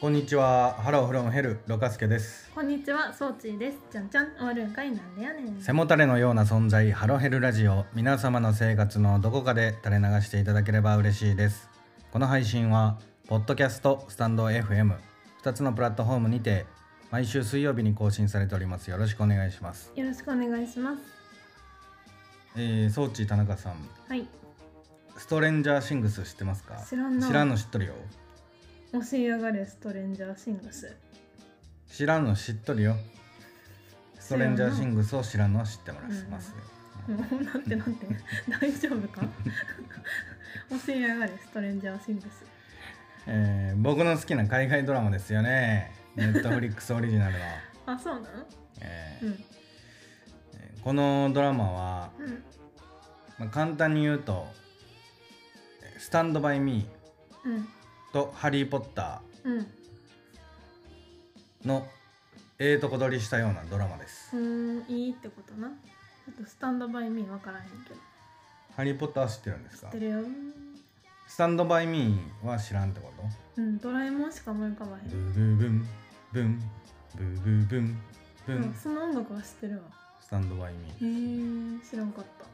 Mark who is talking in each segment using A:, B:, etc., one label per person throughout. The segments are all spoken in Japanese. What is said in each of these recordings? A: こんにちは、ハローフロムヘル、ロカスケです。
B: こんにちは、ソーチーです。じゃんじゃん、終わるんかいなんでやねん。
A: 背もたれのような存在、ハロヘルラジオ、皆様の生活のどこかで垂れ流していただければ嬉しいです。この配信は、ポッドキャスト、スタンド FM、2つのプラットフォームにて、毎週水曜日に更新されております。よろしくお願いします。
B: よろしくお願いします。
A: えー、ソーチ田中さん、
B: はい、
A: ストレンジャーシングス知ってますか
B: 知らんな
A: 知らんの知っとるよ。
B: 教えやがれストレンジャーシングス。
A: 知らんの知っとるよ。ストレンジャーシン
B: グ
A: グスを知らんのは知ってもらいます。
B: ス。なんてなんて、 大丈夫か教えやがれストレンジャーシングス。
A: えー僕の好きな海外ドラマですよね。ネットフリックスオリジナルの。
B: あ、そうなの
A: え
B: う
A: ー
B: ん。
A: えーこのドラマは、
B: うん。
A: まあ、簡単に言うと「スタンド・バイ・ミー
B: うん。」
A: と「ハリー・ポッタ
B: うん。
A: ー」のええとこ取りしたようなドラマです。
B: うーん、いいってことな。ちょっとスタンドバイミーわからへんけど。
A: ハリー・ポッターは知ってるんです
B: 知
A: か
B: ってるよ。
A: スタンド・バイ・ミーは知らんってこと
B: うん、ドラえもんしか思い浮かばへ
A: ブ
B: ん。
A: ーブーブンブンブーブーブンブ
B: うん、
A: ン
B: その音楽は知ってるわ。
A: スタンド・バイ・ミ
B: へえ
A: ー
B: ー、知らんかった。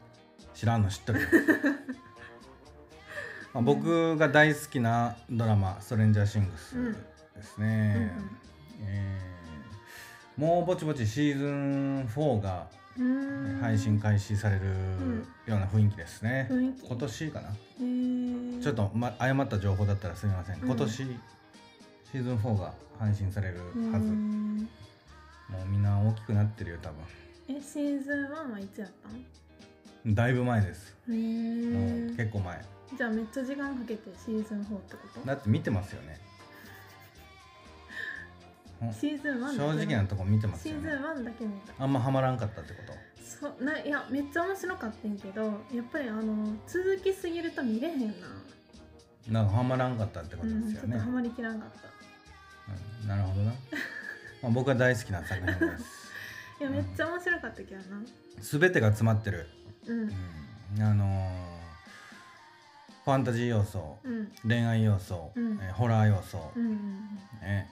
A: 知らんの知って るよまあ僕が大好きなドラマ「ストレンジャー・シングス」です
B: うん
A: ね、えーもうぼちぼちシーズン4が
B: うん。うーん
A: 配信開始されるような雰囲気ですね、
B: 雰囲気
A: 今年かな、
B: へー
A: ちょっと、ま、誤った情報だったらすみません、
B: うん
A: 今年シーズン4が配信されるは
B: う
A: ず、
B: ーん
A: もうみんな大きくなってるよ多
B: えシーズン1はいつやったのへ
A: 分だいぶ前です、もう
B: え
A: 結構前
B: じゃあめっちゃ時間かけてシーズン4ってこと
A: だって見てますよ ねほん
B: シーズン1だけ
A: 正直なとこ見てます
B: シ
A: よ
B: ーズン
A: ね
B: 1だけ見た
A: あんまハマらんかったってこと
B: そうないやめっちゃ面白かったんやけどやっぱりあの続きすぎると見れへんな、
A: なんかハマらんかったってこ
B: う
A: とで
B: ん、
A: す
B: ちょ
A: よ
B: っと
A: ね
B: ハ、マりきらんかった
A: うんなるほどな、 まあ、僕は大好きな作品です
B: いやめっちゃ面白かったけどな
A: 全てが詰まってる、
B: うん
A: うんあのーファンタジー要素
B: うん
A: 恋愛要素、
B: うん
A: えーホラー要素、
B: うんうんうん
A: ね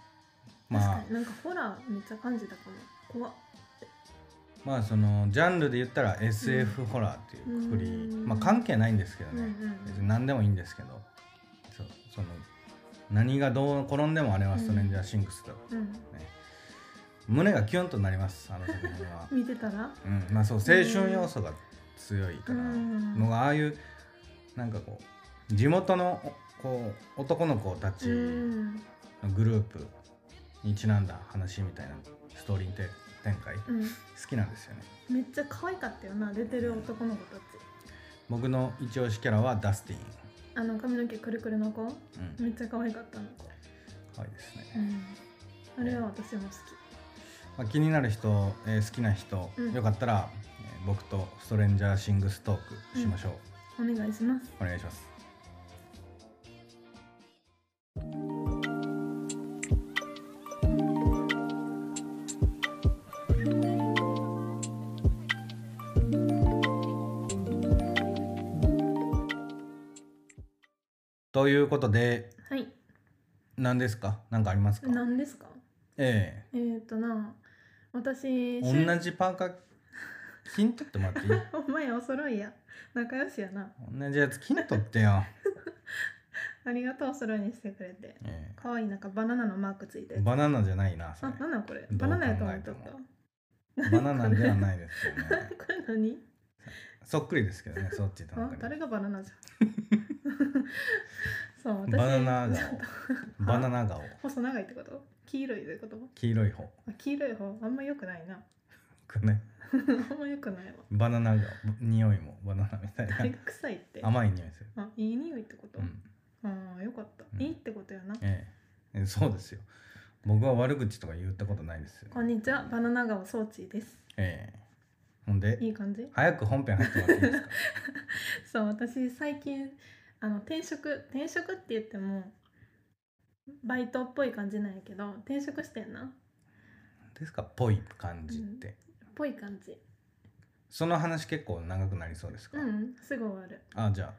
B: 確
A: ま
B: か
A: あ
B: になんかホラーめっちゃ感じたかも怖っ
A: まあそのジャンルで言ったら SF ホラーっていうくくり、
B: うん
A: まあ関係ないんですけど
B: うんう
A: ね、別に
B: ん
A: 何でもいいんですけどそうその何がどう転んでもあれはストレンジャーシングスだ、
B: うん、
A: 胸がキュンとなりますあの作品は
B: 見てたら
A: うんまあ、そう青春要素が強いから、
B: うん
A: のがああいうなんかこう地元のおこう男の子たちの
B: ん
A: グループにちなんだ話みたいなストーリーて展開好
B: うん
A: きなんですよね
B: めっちゃ可愛かったよな出てる男の子たち
A: 僕の一押しキャラはダスティン、
B: あの髪の毛くるくるの子
A: うん、
B: めっちゃ可愛かったあの子、
A: 可愛いですね、
B: うん、あれは私も好
A: まあ、気になる人、えー好きな人、
B: うん
A: よかったら、えー僕とストレンジャーシングストークしましょう、
B: きお願いします
A: お願いしますということで
B: はい
A: 何ですか何かありますか
B: 何ですか
A: え
B: えー、っとな私
A: え
B: 週
A: 同じパーカー金取ってもらっていい
B: お前お揃いや仲良しやな
A: 同じやつ金取ってよ、
B: ありがとうお揃いにしてくれて
A: え
B: 可愛いなんかバナナのマークついて
A: えバナナじゃないなそ
B: あ
A: れ
B: なんなんこれ
A: どう考えても
B: バナナやと思っとった
A: バナナではないですよね
B: これ何
A: そっくりですけどね、そっちとなん
B: あ
A: かね
B: 誰がバナナ じゃんそう私
A: バナナ
B: ちょっ
A: 顔
B: と。
A: バナナ顔。
B: 細長いってこと黄色いってこと
A: 黄色い方。
B: あ黄色い方あんま良くないな
A: ね、
B: あんま良くないわ
A: バナナ顔。匂いもバナナみたい
B: 誰
A: な。
B: が臭いって
A: 甘い匂いする。
B: あいい匂いってこと、
A: うん。
B: ああよかった、
A: うん
B: いいってことやな
A: ええ。えそうですよ。僕は悪口とか言ったことないですよ。
B: こんにちはバナナ顔装置です
A: ええ。ほんで、
B: いい感じ
A: 早く本編入ってもらっていいですか
B: そう私最近あの転職転職って言ってもバイトっぽい感じなんやけど転職してんな
A: ですかぽい感じって、
B: っぽい感じ
A: その話結構長くなりそうですか、
B: うんすぐ終わる
A: あじゃ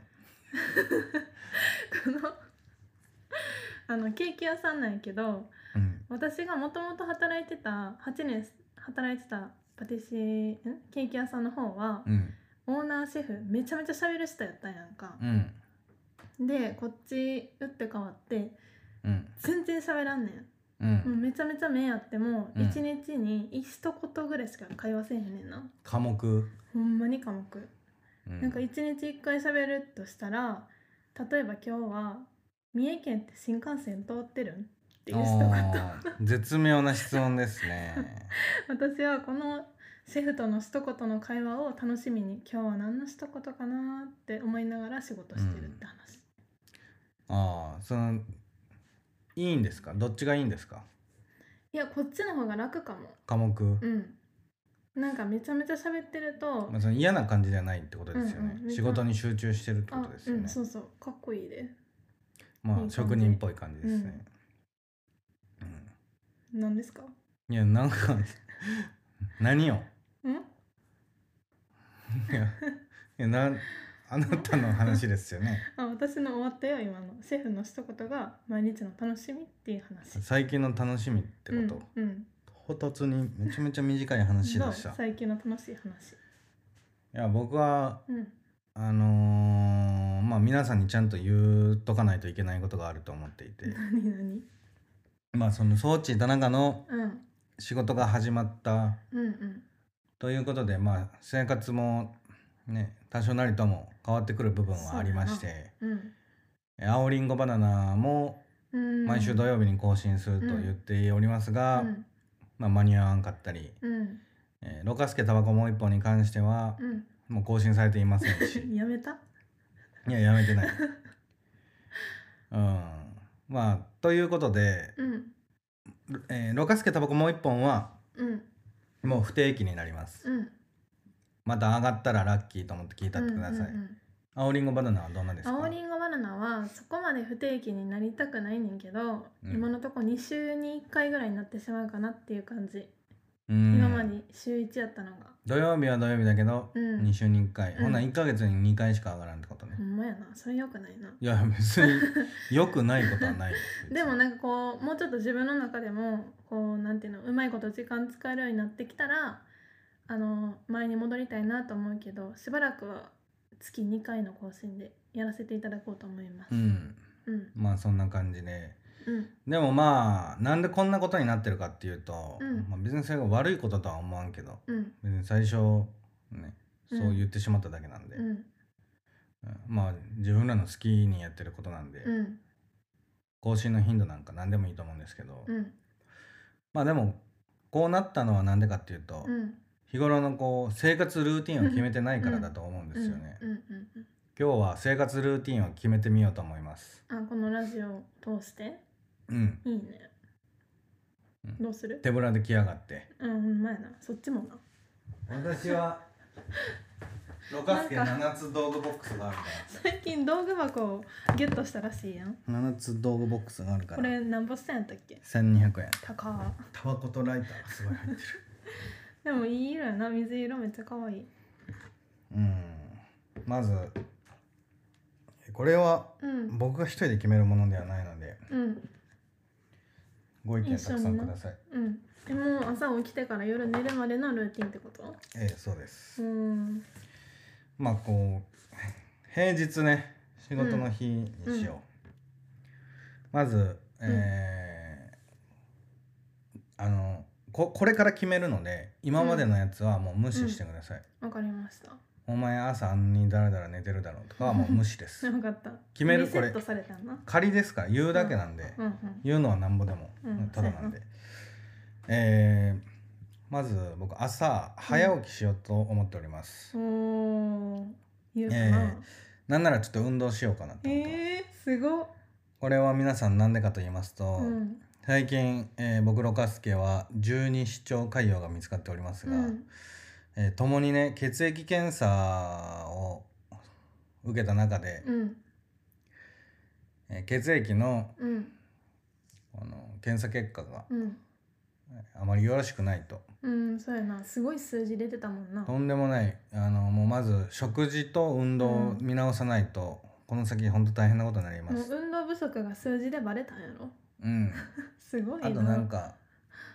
B: この あのケーキ屋さんなんやけど
A: あうん
B: 私がもともと働いてた8年働いてたパティシエんケーキ屋さんの方は
A: う、ん
B: オーナーシェフめちゃめちゃ喋る人やったんやんか
A: う、ん
B: でこっち打って変わって
A: うん
B: 全然喋らんねん
A: う
B: もうんめちゃめちゃ目あっても
A: うん
B: 一日に一言ぐらいしか会話せえへんねんな
A: 科目、
B: ほんまに寡黙
A: うん、
B: なんか一日一回喋るとしたら例えば今日は「三重県って新幹線通ってるん?」っていう一言
A: あー絶妙な質問ですね
B: 私はこのシェフとの一言の会話を楽しみに今日は何の一言かなって思いながら仕事してるって話、
A: ああそのいいんですかどっちがいいんですか
B: いやこっちの方が楽かも
A: 科目、
B: うんなんかめちゃめちゃ喋ってると
A: まあ、その嫌な感じではないってことですよね、
B: うんうん
A: 仕事に集中してるってこ
B: あ
A: とです
B: う
A: よね、
B: んそうそうかっこいいでいい
A: ま
B: 感
A: あ
B: じ
A: 職人っぽい感じですね、うん
B: 何ですか
A: いやなんか 何よ
B: ん
A: いやいやなんあなたの話ですよね
B: あ私の終わったよ今のシェフの一言が毎日の楽しみっていう話
A: 最近の楽しみってこと、
B: うん、うん
A: 唐突にめちゃめちゃ短い話
B: ど
A: で
B: う
A: したい
B: 最近の楽しい話
A: や僕は
B: うん
A: あのーまあ皆さんにちゃんと言うとかないといけないことがあると思っていて
B: 何何
A: まあその装置田中の
B: うん
A: 仕事が始まった
B: うんうん
A: ということでまあ生活もね多少なりとも変わってくる部分はありまして
B: うん
A: え青りんごバナナも
B: うん
A: 毎週土曜日に更新すると言っておりますが、
B: うん
A: まあ、間に合わんかったり、
B: うん
A: えー、ろかすけたばこもう一本に関しては
B: う
A: もう更新されていませ んし
B: んやめた
A: いややめてない。うんまあということで、
B: うん
A: えー、ろかすけたばこもう一本は
B: うん
A: もう不定期になります。
B: うん
A: また上がったらラッキーと思って聞いたってください。
B: うんうんうん
A: 青りんごバナナはどうなんですか
B: 青りんごバナナはそこまで不定期になりたくないねんけど、
A: うん
B: 今のとこ2週に1回ぐらいになってしまうかなっていう感じ、
A: うん
B: 今まで週1やったのが
A: 土曜日は土曜日だけど、
B: うん
A: 二週に一回、
B: うん
A: ほな1か月に2回しか上がらんってことね、
B: ほんまやなそれよくないない
A: や別に良くないことはないよ
B: でも
A: ね
B: なんかこうもうちょっと自分の中でもこうなんていうのうまいこと時間使えるようになってきたらあの前に戻りたいなと思うけどしばらくは月2回の更新でやらせていただこうと思います
A: う。ん
B: うん
A: まあそんな感じで
B: うん
A: でもまあなんでこんなことになってるかっていうと、
B: うん
A: まあ、別にそれが悪いこととは思わんけど
B: うん
A: 別に最初ね
B: うん
A: そう言ってしまっただけなんで、
B: うん
A: うんまあ自分らの好きにやってることなんで、
B: うん
A: 更新の頻度なんか何でもいいと思うんですけど、
B: うん
A: まあでもこうなったのは何でかっていうと、
B: うん
A: 日頃のこう生活ルーティンを決めてないからだと思うんですよね、
B: うんうんうん
A: 今日は生活ルーティンを決めてみようと思います
B: あこのラジオを通して
A: うん
B: いいね
A: うん
B: どうする
A: 手ぶらで来やがって
B: うんほんまやなそっちもな
A: 私はろかすけ7つ道具ボックスがあるか
B: 最近道具箱をゲットしたらしいやん
A: ら7つ道具ボックスがあるか
B: こ
A: ら
B: れなんぼしたんやったっけ
A: 1200円
B: 高ー
A: タバコとライターがすごい入ってる
B: でもいい色やな水色めっちゃ可愛い
A: うんまずこれは
B: うん
A: 僕が一人で決めるものではないので
B: うん
A: ご意見たくさんください
B: うんでも朝起きてから夜寝るまでのルーティンってこと
A: ええそうです、
B: うん
A: まあこう平日ね仕事の日にしよう、まずえーあのここれから決めるので今までのやつはもう無視してください、
B: わかりました
A: お前朝あんにダラダラ寝てるだろうとかはもう無視で す
B: 分かった
A: 決める
B: リセ
A: これ
B: ットされたんな
A: 仮ですから言うだけなんで、
B: うんうん
A: 言うのはなんぼでも、
B: うん
A: ただなんで、えーまず僕朝早起きしようと思っております、
B: おー言うかな
A: なんならちょっと運動しようかなと
B: え
A: 思ってます、
B: えー、すごっ
A: これは皆さんなんでかと言いますと、
B: うん
A: 最近、えー僕ろかすけは十二指腸潰瘍が見つかっておりますが、
B: うん
A: えー共にね血液検査を受けた中で、
B: うん
A: えー血液の
B: うん
A: 検査結果が
B: うん
A: あまりよろしくないと
B: うんそうやなすごい数字出てたもんな
A: とんでもないあのもうまず食事と運動を見直さないと、この先本当大変なことになりま
B: もう
A: す、
B: 運動不足が数字でバレたんやろ
A: うん、
B: すごいな
A: あとなんか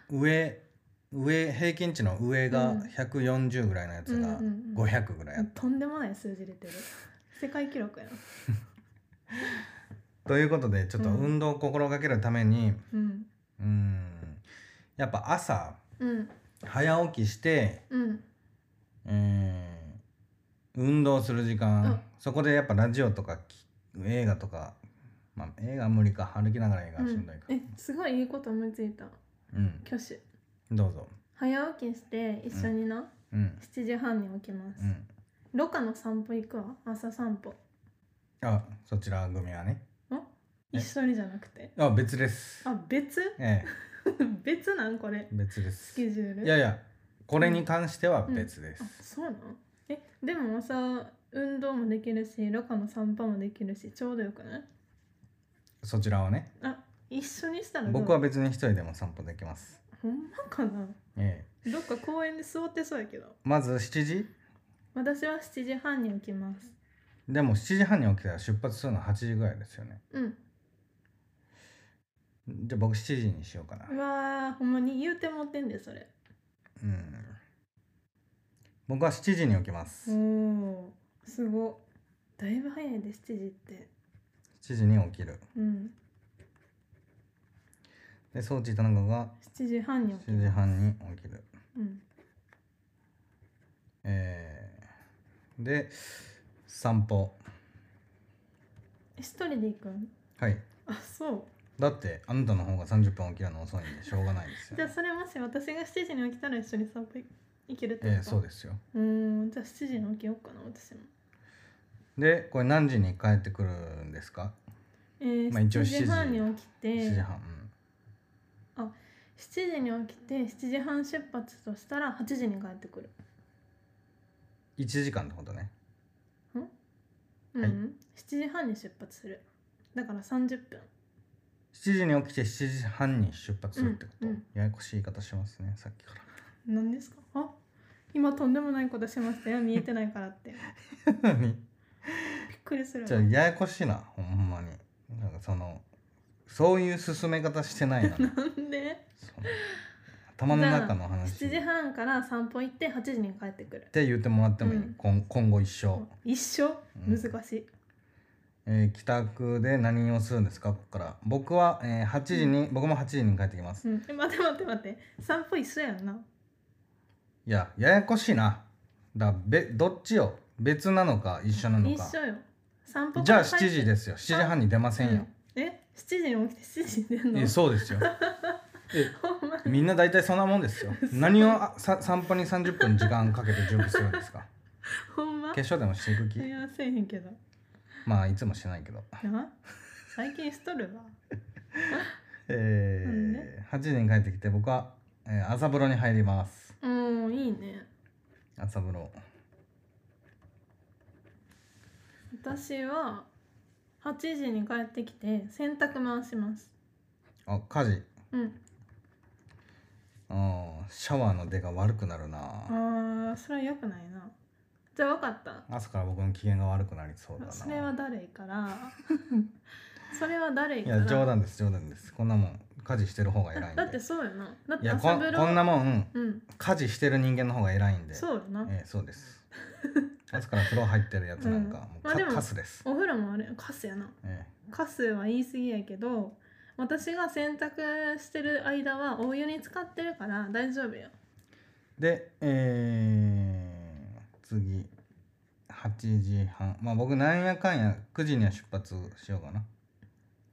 A: 上上平均値の上が
B: うん
A: 140ぐらいのやつが
B: うんうんうん
A: 500ぐらいあった、
B: とんでもない数字出てる世界記録やな
A: ということでちょっと
B: うん
A: 運動を心がけるために
B: うん
A: うんやっぱ朝
B: うん
A: 早起きして
B: うん
A: うん運動する時間、
B: うん
A: そこでやっぱラジオとかき映画とか、まあ、映画は無理か歩きながら映画はしんどいか、
B: うんえすごいいいこと思いついた
A: うん、
B: 挙手
A: どうぞ。
B: 早起きして一緒にな、
A: うん。
B: 7時半に起きます、
A: うん。
B: ロカの散歩行くわ朝散歩
A: あ、そちら組はね。え
B: 一緒にじゃなくて
A: あ、別です。
B: あ別
A: ええ、
B: 別なんこれ
A: 別で
B: ス
A: す。
B: ケジュール
A: いやいや、これに関しては別です
B: あ。そうなんえでもさ運動もできるしロカの散歩もできるしちょうどよくない
A: そちらはね、
B: あ一緒にしたらどう
A: 僕は別に一人でも散歩できます。
B: ほんまかな
A: ええ、
B: どっか公園で座ってそうやけど
A: まず7時。
B: 私は7時半に起きます
A: でも7時半に起きたら出発するの8時ぐらいですよね。
B: うん
A: じゃあ僕7時にしようかな。
B: うわーほんまに言うてもってんでそれ
A: うん。僕は7時に起きます。
B: おおすごだいぶ早いで7時って
A: 7時に起きる。
B: うん
A: で、装置田中が
B: 7時半に起き
A: 7時半に起きる。
B: うん
A: えーで散歩
B: 一人で行くん
A: はい
B: あそう
A: だってあなたの方が30分起きるの遅いんでしょうがないですよ
B: じゃあ
A: ね、
B: それもし私が7時に起きたら一緒に散歩行けるってこと
A: えーそうですよ
B: うーんじゃあ7時に起きようかな私も
A: でこれ何時に帰ってくるんですか
B: えー
A: まあ一応
B: 7時半
A: 7
B: に起きて
A: 7
B: 7
A: 時
B: 時
A: 半、
B: に起きて7時半出発としたら8時に帰ってくる
A: うん、1時間ってことね
B: うん、
A: はい
B: 7時半に出発するだから30分
A: 7時に起きて7時半に出発するってこと、
B: うんうん
A: ややこしい言い方しますねさっきから
B: 何ですかあ今とんでもないことしましたよ見えてないからって びっ
A: 何
B: くりするわ
A: じゃあややこしいなほんまになんかそのそういう進め方して ないなその
B: なんで
A: 頭の中の話
B: 7時
A: っ
B: 半から散歩行って8時に帰ってくる
A: て言ってもらってもいい、
B: うん
A: 今今後一生、
B: 一生
A: うん
B: 難しい、
A: えー帰宅で何をするんですかここから僕は、えー8時に、僕も8時に帰ってきます、
B: うんえ待って待って待って散歩一緒やんない
A: やややこしいなだべどっちよ別なのか一緒なの
B: 一
A: か
B: 緒よ散歩
A: じゃあ
B: から帰
A: 7
B: って
A: 時ですよ7時半に出ませんよ、
B: うんえ7時に起きて7時に出んの
A: えそうです よえ
B: ほんま
A: みんな大体そんなもんです よ何をあさ散歩に30分時間かけて準備するんですか
B: ほんま
A: 化粧でもしていく気
B: いやせえへんけど
A: まあいつもしないけど
B: な最近しとるわ
A: え
B: なん
A: ー、
B: で
A: 8時に帰ってきて僕は、えー朝風呂に入ります
B: うんいいね
A: 朝風呂
B: 私は8時に帰ってきて洗濯回します
A: あ家事
B: うん
A: うんシャワーの出が悪くなるな
B: あーそれは良くないなじゃあ分かった
A: 朝から僕の機嫌が悪くなりそうだな
B: それはだるいから それはだるい
A: い
B: から
A: や冗談です冗談ですこんなもん家事してる方が偉いんで
B: だってそうよなだっ
A: い
B: て
A: やこ
B: 朝
A: ん
B: 風
A: こんな
B: 呂
A: もん
B: うん
A: 家事してる人間の方が偉いんで
B: そうよな、
A: ええそうです 朝から風呂入ってるやつなんか、
B: うん
A: もう
B: まあで
A: か
B: も
A: カスです、
B: お風呂もあれカスやな
A: え
B: カスは言い過ぎやけど私が洗濯してる間はお湯に浸かってるから大丈夫よ
A: えでえー、次8時半まあ僕なんやかんや9時には出発しようかな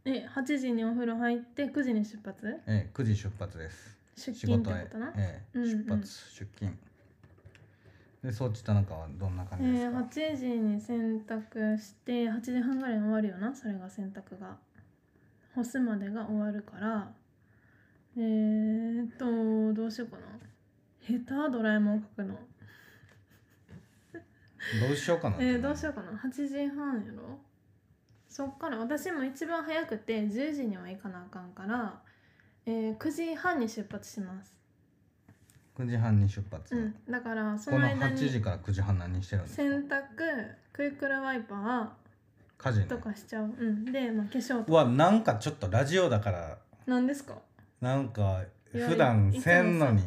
B: え8時にお風呂入って9時に出発
A: ええ9時出発です
B: 出
A: 仕
B: 勤っ
A: 事
B: てこ
A: へ
B: とな、
A: ええ
B: うんうん
A: 出発出勤で装置田中はどんな感
B: え
A: じです
B: ー、
A: か、
B: 8時に洗濯して8時半ぐらいに終わるよなそれが洗濯が干すまでが終わるからえー、っとどうしようかな下手ドラえもん描くの
A: どうしようかな
B: えー、どうしよ
A: う
B: うかな8時半やろそっから私も一番早くて10時には行かなあかんからえー、9時半に出発します、
A: 9時半に出発、
B: うん、だからそ
A: こ
B: の
A: の
B: 間
A: 8
B: に
A: 時から9時半何してるんですか
B: 洗濯クイクルワイパ
A: 家事
B: ーと
A: の
B: かしちゃう、うん、で、まあ、化粧と
A: う
B: か
A: わなんかちょっとラジオだから
B: なんですか
A: なんか
B: いや
A: 普段せんのに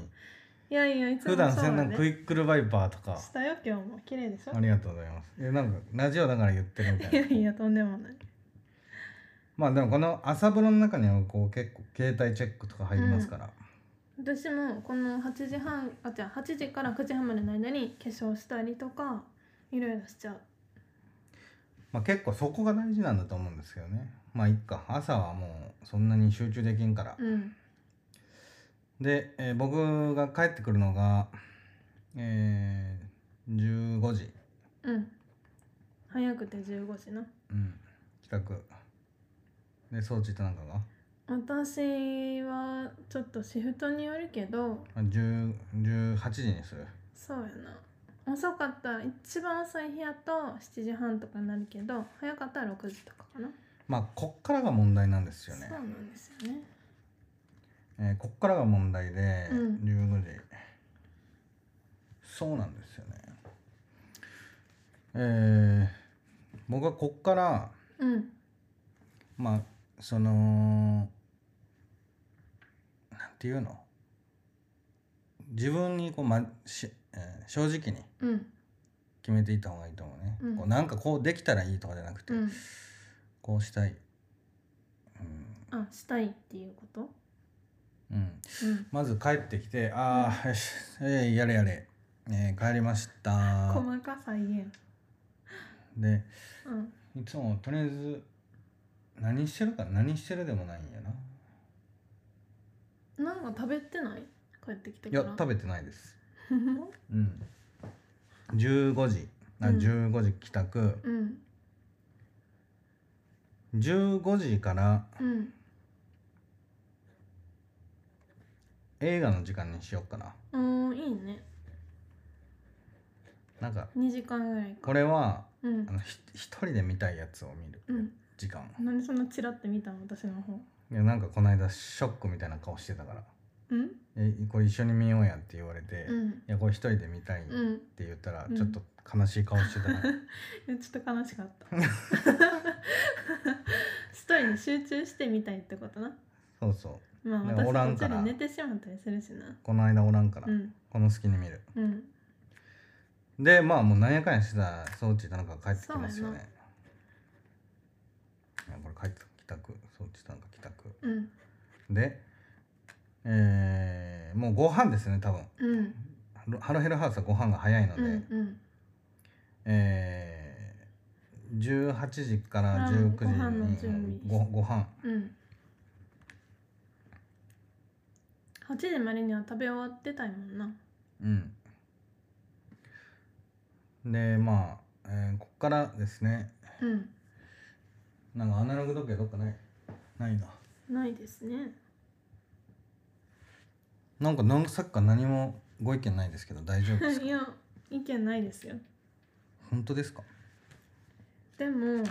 B: いやいやいつも
A: 普段せんのにク
B: イ
A: イックルバイパーとか
B: したよ今日も綺麗でしょ
A: ありがとうございますえなんかラジオだから言ってるみたい
B: い
A: な
B: やいやとんでもない
A: まあでもこの朝風呂の中にはこう結構携帯チェックとか入りますから、
B: 私もこの8時半あじゃあ8時から9時半までの間に化粧したりとかいろいろしちゃう
A: まあ、結構そこが大事なんだと思うんですけどねまあいっか朝はもうそんなに集中できんから、
B: うん
A: で、えー僕が帰ってくるのがえー、15時、
B: うん早くて15時な
A: うん、帰宅で装置となんかが
B: 私はちょっとシフトによるけど
A: あ10 18時にする
B: そうやな遅かったら一番遅い日やと7時半とかになるけど早かったら6時とかかな、
A: まあこっからが問題なんです
B: そう
A: よね、
B: なんですよね
A: えーこっからが問題で、
B: うん
A: 15時そうなんですよねえー、僕はこっから
B: うん
A: まあそのなんていうの自分にこう、ましえー正直に
B: うん
A: 決めていった方がいいと思うね、
B: うん
A: こうなんかこうできたらいいとかじゃなくて、
B: うん
A: こうしたい、うん
B: あしたいっていうこと
A: うん、
B: うん
A: まず帰ってきて「ああ、よし、えーや れやれ、えー帰りました
B: 細かさ言えん」
A: で
B: うん
A: いつもとりあえず何してるか何してるでもないんやな
B: なんか食べてない帰ってきて
A: い
B: から
A: や食べてない です
B: べ
A: うん15時あ
B: うん
A: 15時帰宅、
B: うん
A: 15時から
B: うん
A: 映画の時間にしようかな
B: うんいいね
A: なんか
B: 2時間ぐらいか
A: これは
B: うん
A: あのひ一人で見たいやつを見る
B: うん
A: 時間
B: なんでそんなチラって見たの私の方
A: いやなんかこの間ショックみたいな顔してたから
B: うん
A: 「えこれ一緒に見ようや」って言われて「
B: う
A: い
B: ん
A: やこれ一人で見たい」っ
B: うん
A: て言ったら
B: うん
A: ちょっと悲しい顔してたから、
B: いやちょっと悲しかった一人に集中してみたいってことな
A: そうそう
B: まあ
A: なんかおらん
B: 私
A: か
B: 途
A: ら
B: 中で寝てしまったりするしな
A: この間おらんから、
B: うん
A: この隙に見る
B: うん
A: でまあもう何やかんやしてた装置田中が帰ってきますよねいやこれ帰って帰宅装置田中帰宅
B: うん
A: でえー、もうご飯ですね多分
B: うん
A: ハロヘルハウスはご飯が早いので、
B: うんうん
A: えー、18時から
B: あもう
A: 19時
B: ご飯の準備
A: にごご飯
B: うん8時までには食べ終わってたいもんな
A: うんでまあ、えーこっからですね
B: うん
A: なんかアナログ時計どっかないないな
B: ないですね
A: なんかなんかさっきから何もご意見ないですけど大丈夫ですか
B: いや意見ないですよ
A: 本当ですか
B: でも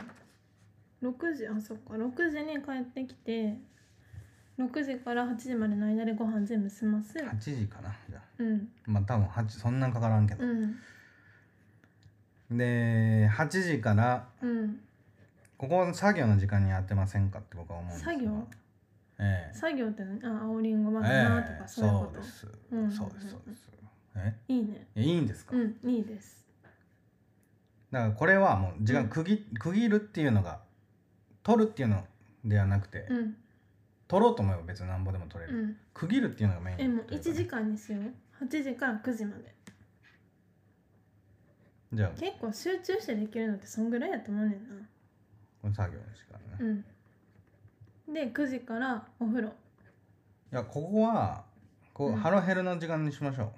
B: 6時あそっか6時に帰ってきて6時から8時までの間でご飯全部済ます
A: 8時かなじゃあ
B: うん
A: まあ多分8そんなんかからんけど
B: う、ん
A: で8時から
B: うん
A: ここは作業の時間に当てませんかって僕は思うんですが
B: 作業
A: ええ
B: 作業って何あ青りんごまだなと
A: え
B: か、
A: え
B: そういう
A: そ
B: こ
A: う
B: と
A: です、
B: うんうんうん
A: そうですそうですえ
B: いいね
A: いやいいんですか、
B: うんいいです
A: だからこれはもう時
B: う
A: 間
B: ん
A: 区切,、区切るっていうのが取るっていうのではなくて、
B: うん
A: 取ろうと思えば別に何ぼでも取れ
B: う
A: る、
B: ん
A: 区切るっていうのがメイン
B: えもう
A: といか
B: 1時間にしよう8時から9時まで
A: じゃあ
B: 結構集中してできるのってそんぐらいやと思うねんな
A: この作業の時間ね、い
B: うんで9時からお風呂
A: やここはこう、
B: うん
A: ハロヘルの時間にしましょ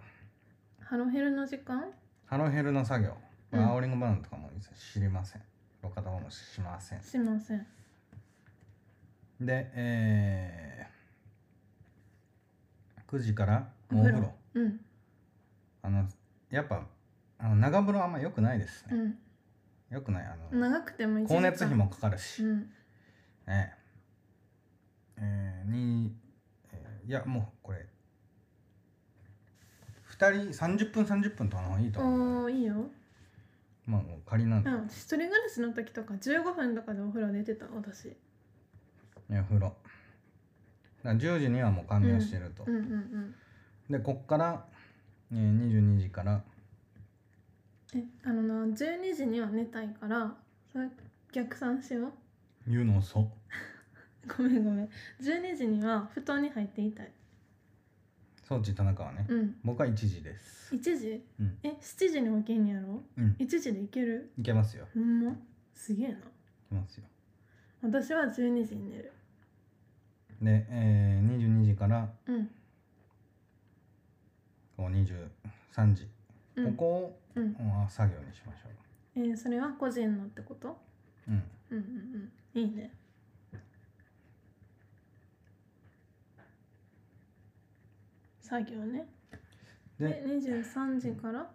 A: う
B: ハロヘルの時間
A: ハロヘルの作業、これ
B: うん
A: アオリングバナナとかも知りません路肩もしません
B: しません
A: でえー、9時から
B: お
A: もうお
B: 風呂
A: 風呂
B: うん
A: あのやっぱあの長風呂あんま良くないです
B: う
A: ね、
B: ん
A: 良くないあの
B: 長くても1時間
A: 光熱費もかかるし、
B: うん
A: ねええーに、えいやもうこれ2人30分30分とかの方がいいと思う、
B: おーいいよ
A: まあもう仮なん
B: う
A: で、
B: ん一人暮らしの時とか15分とかでお風呂出てた私
A: いや風呂だから10時にはもう完了してると、
B: うんうんうん
A: でこっから、えー22時から
B: えあのな12時には寝たいからそれ逆算しよう
A: 湯のそ
B: ごめんごめん12時には布団に入っていたい
A: 装置田中はね、
B: うん
A: 僕は1時です
B: 1時、
A: うん
B: え7時に起きんねやろ
A: うん
B: 1時で行ける
A: いけますよ
B: ほんますげえない
A: けますよ
B: 私は12時に寝る
A: で、えー22時から
B: うん
A: こう23時、
B: う
A: こ
B: ん
A: こを、
B: う
A: う
B: ん
A: んあ作業にしましょ
B: えーそれは個人のってこと
A: ううん
B: うんうんうんいいね作業ねで
A: で
B: 23時から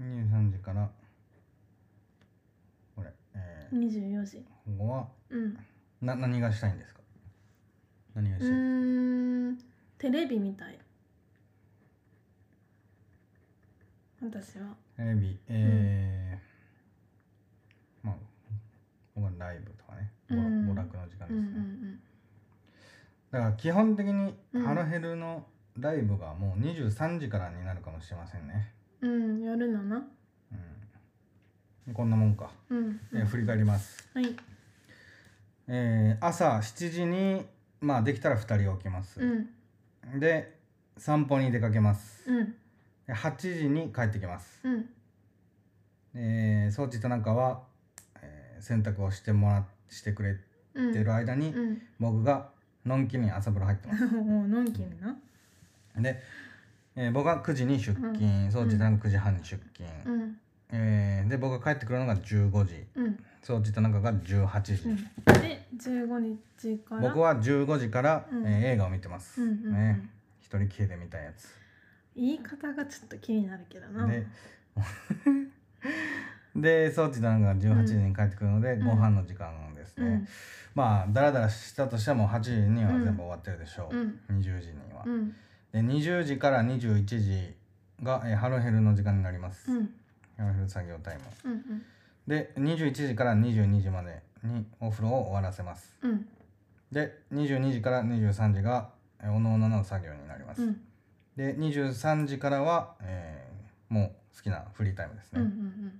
A: 23時からこれ、えー
B: 24時
A: ここは
B: うん
A: な何がしたいんですか何が
B: う
A: したい、
B: ーんテレビみたい私は
A: テレビえーまあ僕はライブとかね娯楽
B: うん
A: 娯楽の時間で
B: う
A: すね、
B: んうん
A: だから基本的に
B: うん
A: ハロヘルのライブがもう23時からになるかもしれませんね、
B: うんうん夜のな
A: うん、こんなもんか、
B: うん、
A: えー振り返ります
B: はい
A: えー朝7時にまあできたら2人起きます、
B: うん
A: で散歩に出かけます、
B: うん
A: で8時に帰ってきます、
B: うん
A: えー、掃除田中は、えー洗濯をしてもらしてくれ
B: うん
A: てる間に、
B: うん
A: 僕がのんきに朝風呂入ってます
B: もうのんきにな
A: で、えー僕が9時に出勤、
B: うん
A: 掃除田中9時半に出勤、
B: うん
A: えーで僕が帰ってくるのが15時
B: うん
A: 掃除田中が18時、
B: うんで15日から
A: 僕は15時から、
B: うん
A: えー映画を見てます、
B: うんうんうん
A: ね一人きりで見たやつ
B: 言い方がちょっと気になるけどな
A: で で掃除田中が18時に帰ってくるので、
B: ん
A: ご飯の時間です
B: う
A: ね、
B: ん
A: まあダラダラしたとしても8時には全部終わってるでしょう、
B: うん
A: 20時には
B: う、ん
A: で20時から21時が、えーハロヘルの時間になります、
B: うん
A: ハロヘル作業タイム
B: うん
A: で21時から22時までにお風呂を終わらせます
B: うん
A: で22時から23時が、えー、おのおのの作業になります、
B: うん
A: で23時からは、えーもう好きなフリータイムです
B: うんう
A: ね、
B: ん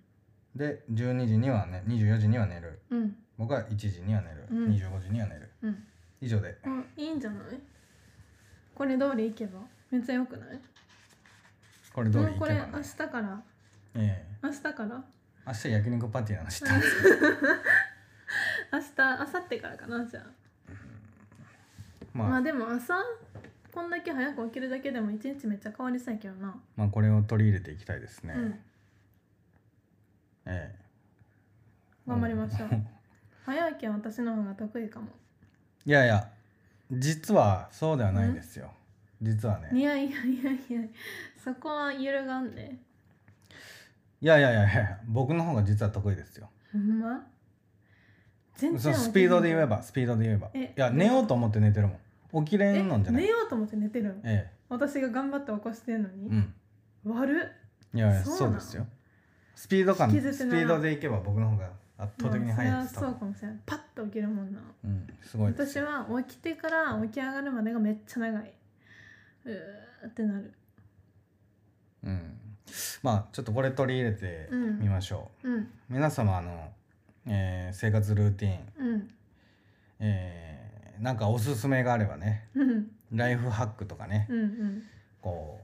A: で12時にはね24時には寝る
B: うん
A: 僕は1時には寝る、
B: うん
A: 25時には寝る
B: うん
A: 以上で
B: あいいんじゃないこれ通り行けばめっちゃ良くない
A: これ通り
B: もう
A: 行
B: こ
A: け
B: れ
A: ば
B: 明
A: ね
B: 日から
A: ええ
B: 明日から
A: 明日焼肉パーティーなの知ってます
B: 明日明後日からかなじゃあ
A: まあ、
B: ま
A: ま
B: あでも朝こんだけ早く起きるだけでも一日めっちゃ変わりそうやけどな
A: あ、これを取り入れていきたいですね、
B: うん
A: ええ
B: 頑張りましょう
A: ん
B: 早起きは私の方が得意かも
A: いやいや実はそうではないんですよ、実はね
B: いやいやいやいやそこは揺るがんで
A: いやいやいやいや僕の方が実は得意ですよ
B: ほんま全
A: そ
B: 然
A: の
B: 起きない
A: スピードで言えばスピードで言えばい
B: え
A: や寝ようと思って寝てるもん起きれ
B: え
A: んのんじゃない
B: 寝ようと思って寝てるの
A: え
B: 私が頑張って起こしてんの
A: え
B: に、
A: うん
B: 悪っ
A: いやいや
B: そう
A: そ
B: な
A: う
B: の
A: ですよスピード感
B: 引き
A: スピ
B: ずってな
A: ードでいけば僕の方が圧倒的に速いです
B: まあ
A: 多
B: それは
A: 分
B: そうかもしれないパッと起きるもんな
A: うんすごいです
B: 私
A: よ
B: は起きてから起き上がるまでがめっちゃ長いうーってなる
A: うんまあちょっとこれ取り入れてみましょ
B: うん
A: う皆様あの、えー生活ルーティン、
B: うん
A: えーなんかおすすめがあればね
B: うんうん
A: ライフハックとかね
B: うん
A: こ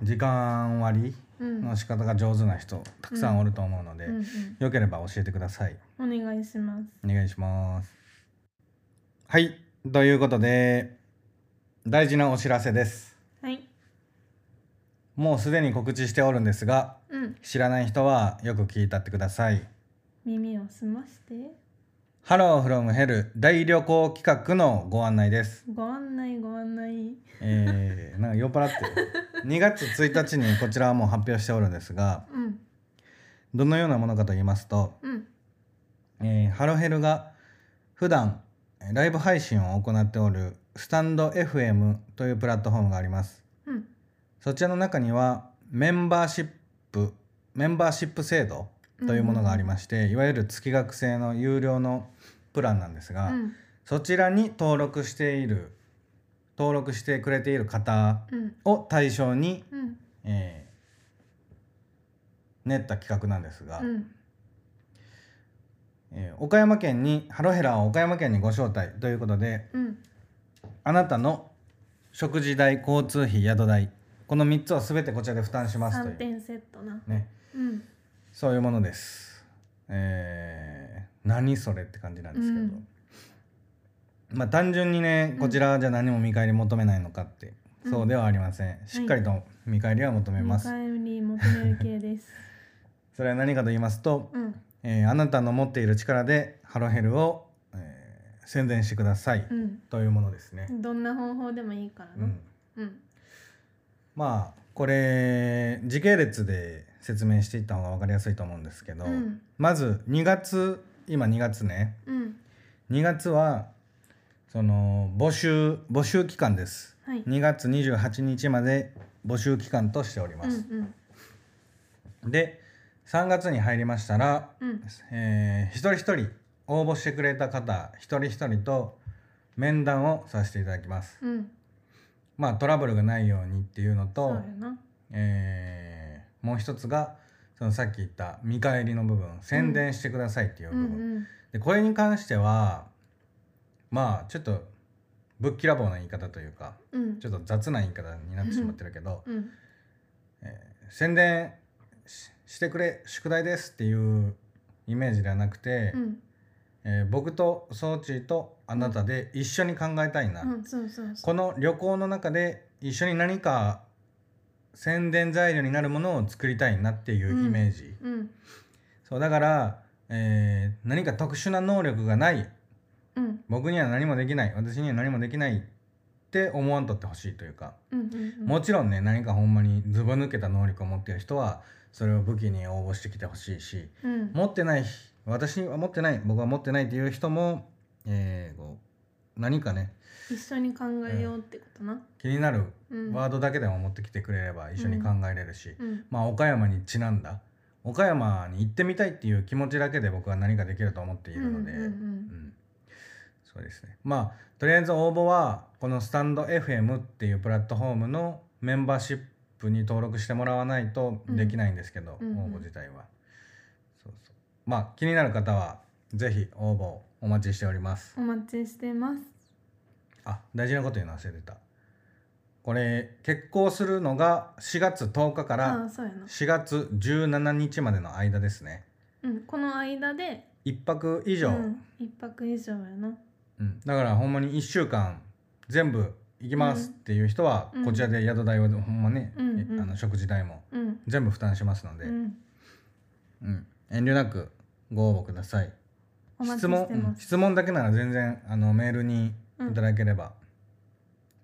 A: う時間割
B: うん
A: りの仕方が上手な人たくさんおると思うので、
B: うん
A: よければ教えてください。
B: うん、お願いします
A: お願いします。はい、ということで大事なお知らせです。
B: はい
A: もうすでに告知しておるんですが、
B: うん
A: 知らない人はよく聞いたってください。
B: 耳を澄まして
A: ハローフロムヘル大旅行企画のご案内です。
B: ご案内ご案内
A: えー、なんか酔っ払ってる。2月1日にこちらはもう発表しておるんですが、
B: うん
A: どのようなものかと言いますと、
B: うん
A: えーハロヘルが普段えーライブ配信を行っておるスタンド FM というプラットフォームがあります
B: うん
A: そちらの中にはメンバーシップメンバーシップ制度というものがありまして、いわゆる月額制の有料のプランなんですが、
B: うん
A: そちらに登録している登録してくれている方
B: うん
A: を対象に、
B: うん
A: えー練った企画なんですが、
B: うん
A: えー岡山県にハロヘラを岡山県にご招待ということで
B: うん
A: あなたの食事代交通費宿代この3つを全てこちらで負担しますと
B: 3
A: いう、
B: 点セットな
A: ね、
B: うん
A: そういうものです。えー何それって感じなんですけど、
B: うん
A: まあ単純にね
B: うん
A: こちらじゃ何も見返り求めないのかって、
B: うん
A: そうではありませんしっかりと見返りは求めま
B: 見
A: す、
B: 返り求める系です
A: それは何かと言いますと、
B: うん
A: えーあなたの持っている力でハロヘルを、えー宣伝してください、
B: うん
A: というものですね、
B: どんな方法でもいいから
A: う
B: なんうん
A: まあこれ時系列で説明していった方が分かりやすいと思うんですけど、
B: うん
A: まず2月今2月ね、
B: うん
A: 2月はその募集募集期間です
B: はい
A: 2月28日まで募集期間としておりま
B: うん
A: す、で3月に入りましたら、
B: うんうん
A: えー一人一人応募してくれた方一人一人と面談をさせていただきます
B: うん
A: まあトラブルがないようにっていうの
B: そう
A: と
B: や、な
A: えーもう一つがそのさっき言った見返りの部分宣伝してくださいっていう
B: う
A: 部分、
B: ん
A: でこれに関してはまあちょっとぶっきらぼうな言い方というか
B: うんうん
A: ちょっと雑な言い方になってしまってるけど、
B: うん
A: 宣伝ししてくれ宿題ですっていうイメージではなくて、
B: うん
A: えー僕と装置とあなたで一緒に考えたいな、
B: うんそうそうそ
A: この旅行の中で一緒に何か宣伝材料になるものを作りたいなっていうイメージ、
B: ううん
A: そうだから、えー何か特殊な能力がない
B: うん
A: 僕には何もできない私には何もできないって思わんとってほしいというか、
B: うんうんうん
A: もちろんね何かほんまにずば抜けた能力を持っている人はそれを武器に応募してきてほしいし
B: うん
A: 持ってない私は持ってない僕は持ってないっていう人も、えーこう何かね
B: 一緒に考えようってことな
A: 気になる
B: うん
A: ワードだけでも持ってきてくれれば一緒に考えれるし、
B: うん
A: まあ岡山にちなんだ岡山に行ってみたいっていう気持ちだけで僕は何かできると思っているので。
B: うんうん
A: うんそうですねまあとりあえず応募はこのスタンド FM っていうプラットフォームのメンバーシップに登録してもらわないとできないんですけど、
B: うんうんうん
A: 応募自体はそうそうまあ気になる方は是非応募お待ちしております
B: お待ちしてます
A: あ大事なこと言うの忘れてたこれ結婚するのが4月10日か
B: ああ
A: ら
B: そうやな
A: 4月17日までの間ですね
B: うんこの間で
A: 1泊以上、
B: うん一泊以上やな
A: うん、だからほんまに1週間全部行きますっていう人は、
B: うん
A: こちらで宿代はほんまね、
B: うんうん
A: えあの食事代も
B: うん
A: 全部負担しますので、
B: う
A: うん
B: ん
A: 遠慮なくご応募ください
B: お待
A: 質
B: ちし
A: 問
B: てま
A: うん
B: す
A: 質問だけなら全然あのメールに
B: うん
A: いただければ、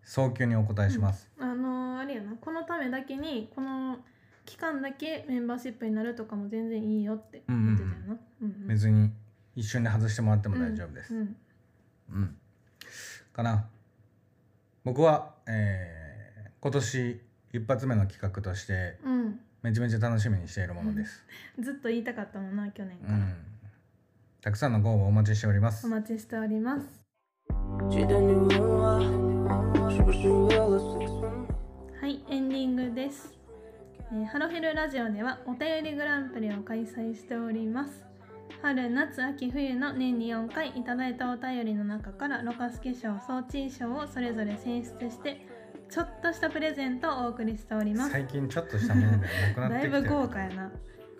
A: 早急にお答えします、
B: あのーあれやなこのためだけにこの期間だけメンバーシップになるとかも全然いいよって言ってたよなうんうん
A: 別に一緒に外してもらっても大丈夫です、
B: う
A: うん
B: ん
A: かな僕は、えー今年一発目の企画として
B: うん
A: めちゃめちゃ楽しみにしているものです、
B: ずっと言いたかったもんな去年
A: う
B: から
A: ん、たくさんのご応募お待ちしておりま
B: お
A: す。
B: 待ちしております
C: 记得你问我，是不是为了随从你？
B: はい、エンディングです。えーハロヘルラジオではお便りグランプリを開催しております。春、夏、秋、冬の年に4回いただいたお便りの中からろ過すけ賞、装置賞をそれぞれ選出してちょっとしたプレゼントをお送りしております。
A: 最近ちょっとしたものでなくなっ
B: だ
A: て
B: い
A: きて
B: ぶ
A: る。
B: 豪華やな、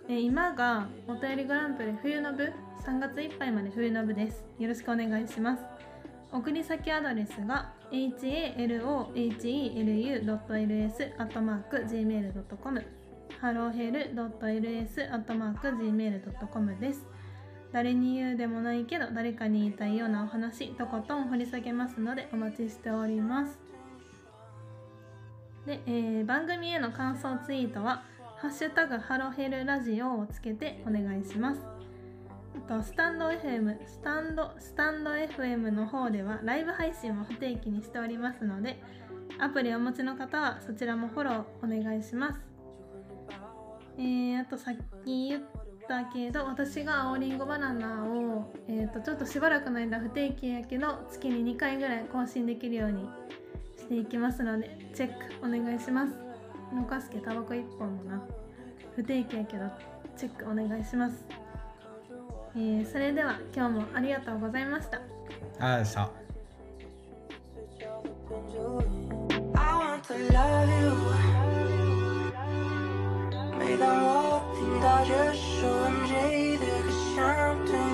B: えー今がお便りグランプリ冬の部3月いっぱいまで冬の部ですよろしくお願いします送り先アドレスが halohelu.ls.gmail.com ハローヘル .ls.gmail.com です誰に言うでもないけど誰かに言いたいようなお話とことん掘り下げますのでお待ちしておりますで、えー番組への感想ツイートは「ハッシュタグハロヘルラジオ」をつけてお願いしますとスタンド FM スタンドスタンド FM の方ではライブ配信を不定期にしておりますのでアプリをお持ちの方はそちらもフォローお願いしますえー、あとさっき言ったけど私が青りんごバナナを、えー、とちょっとしばらくの間不定期やけど月に2回ぐらい更新できるようにしていきますのでチェックお願いしますのかすけタバコ1本もな不定期やけどチェックお願いしますえー、それでは今日もありがとうございました
A: ああさ
C: I want to love you. 매달 어딘가 저 좋은 일들 그 샴푸